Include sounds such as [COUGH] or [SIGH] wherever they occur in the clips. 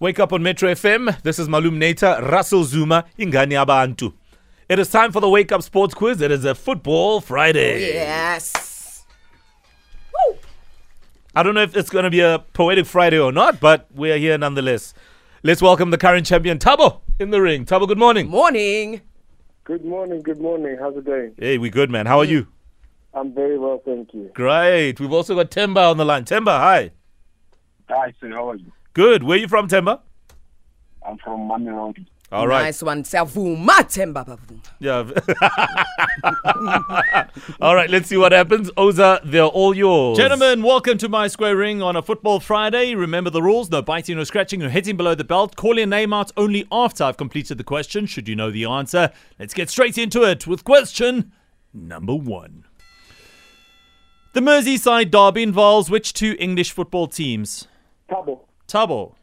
Wake up on Metro FM. This is Malum Neta, Russell Zuma, Ingani Abantu. It is time for the Wake Up Sports Quiz. It is a Football Oh, Friday. Yes. I don't know if it's going to be a poetic Friday or not, but we are here nonetheless. Let's welcome the current champion, Tabo, in the ring. Tabo, good morning. Morning. Good morning, good morning. How's it going? Hey, we good, man. How are you? I'm very well, thank you. Great. We've also got Temba on the line. Temba, hi. Hi, sir. How are you? Good. Where are you from, Temba? I'm from Mamelodi. All right. Nice one. Siyavuma Themba bavuma. Yeah. [LAUGHS] all right, let's see what happens. Oza, they're all yours. Gentlemen, welcome to my square ring on a football Friday. Remember the rules: no biting, no scratching, no hitting below the belt. Call your name out only after I've completed the question. Should you know the answer, let's get straight into it with question number one. The Merseyside derby involves which two English football teams? Tabo, Tubble.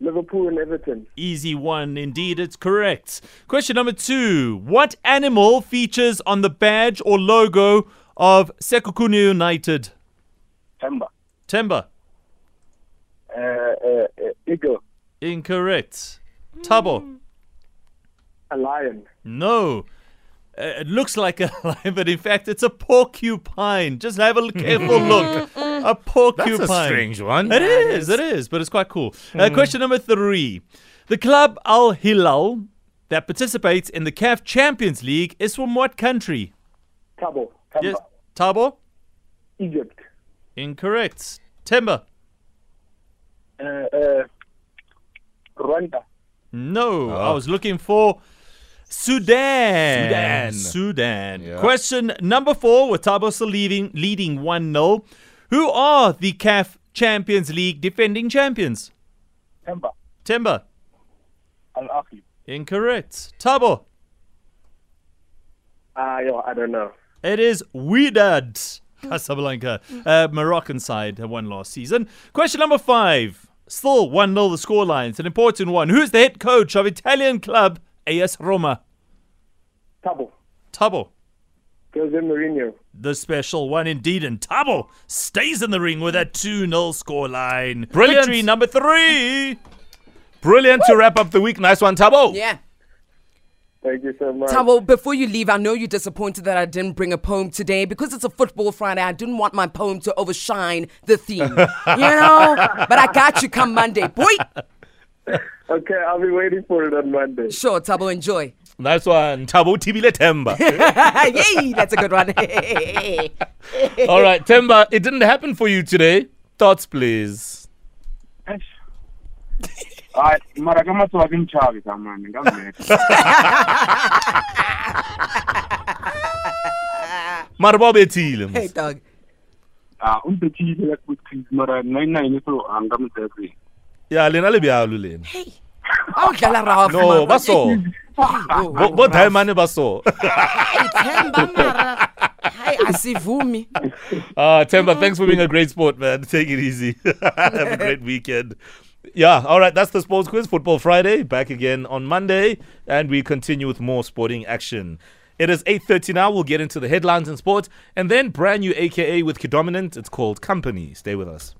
Liverpool and Everton. Easy one indeed, it's correct. Question number two What animal features on the badge or logo of Sekukuni United? Temba. Temba. Uh, uh, uh, Eagle. Incorrect. Tabo. A lion. No. Uh, it looks like a [LAUGHS] lion, but in fact, it's a porcupine. Just have a l- careful look. A porcupine. That's a strange one. It is, it is, but it's quite cool. Uh, question number three. The club Al Hilal that participates in the CAF Champions League is from what country? Tabo, Yes. Tabo? Egypt. Incorrect. Timber? Uh, uh, Rwanda. No. I was looking for Sudan. Sudan. Sudan. Question number four with Tabo still leaving, leading 1 0. Who are the CAF Champions League defending champions? Temba. Timber? Al Ahly. Incorrect. Tabo? Ah, yo, I don't know. It is Wydad Casablanca, uh, Moroccan side that won last season. Question number five. Still 1 0 the scoreline. It's an important one. Who's the head coach of Italian club AS Roma? Tabo, Tabo, Jose Mourinho. the special one indeed. And Tabo stays in the ring with a 2 0 scoreline. Brilliant. Victory number three. Brilliant to wrap up the week. Nice one, Tabo. Yeah. Thank you so much. Tabo, before you leave, I know you're disappointed that I didn't bring a poem today because it's a football Friday. I didn't want my poem to overshine [LAUGHS] the theme, you know. But I got you come Monday, boy. Okay, I'll be waiting for it on Monday. Sure, Tabo, enjoy. [LAUGHS] Nice one, Tabo Tibile Temba. Yay, that's a good one. [LAUGHS] all right, Temba, it didn't happen for you today. Thoughts, please. Eish. Hayi, mara ka matswadi nchavi ka mani nga mheta Marbo Betile. hey, dog. a u ni tekiyisela kutis mara nine-nine so a nga mi teki Yeah, lena le bjalo lena. [LAUGHS] Oh, Dlala Ralph, No, man. ba so. Oh, Bo bo Diamond ba so. Themba, mara. Hey, [LAUGHS] asivumi. Ah, Temba, thanks for being a great sport, man. [LAUGHS] Take it easy. Have a great weekend. Yeah, all right, that's the sports quiz. Football Friday, back again on Monday, and we continue with more sporting action. It is 8.30 now. We'll get into the headlines and sports, and then brand new AKA with Predominant. It's called Company. Stay with us.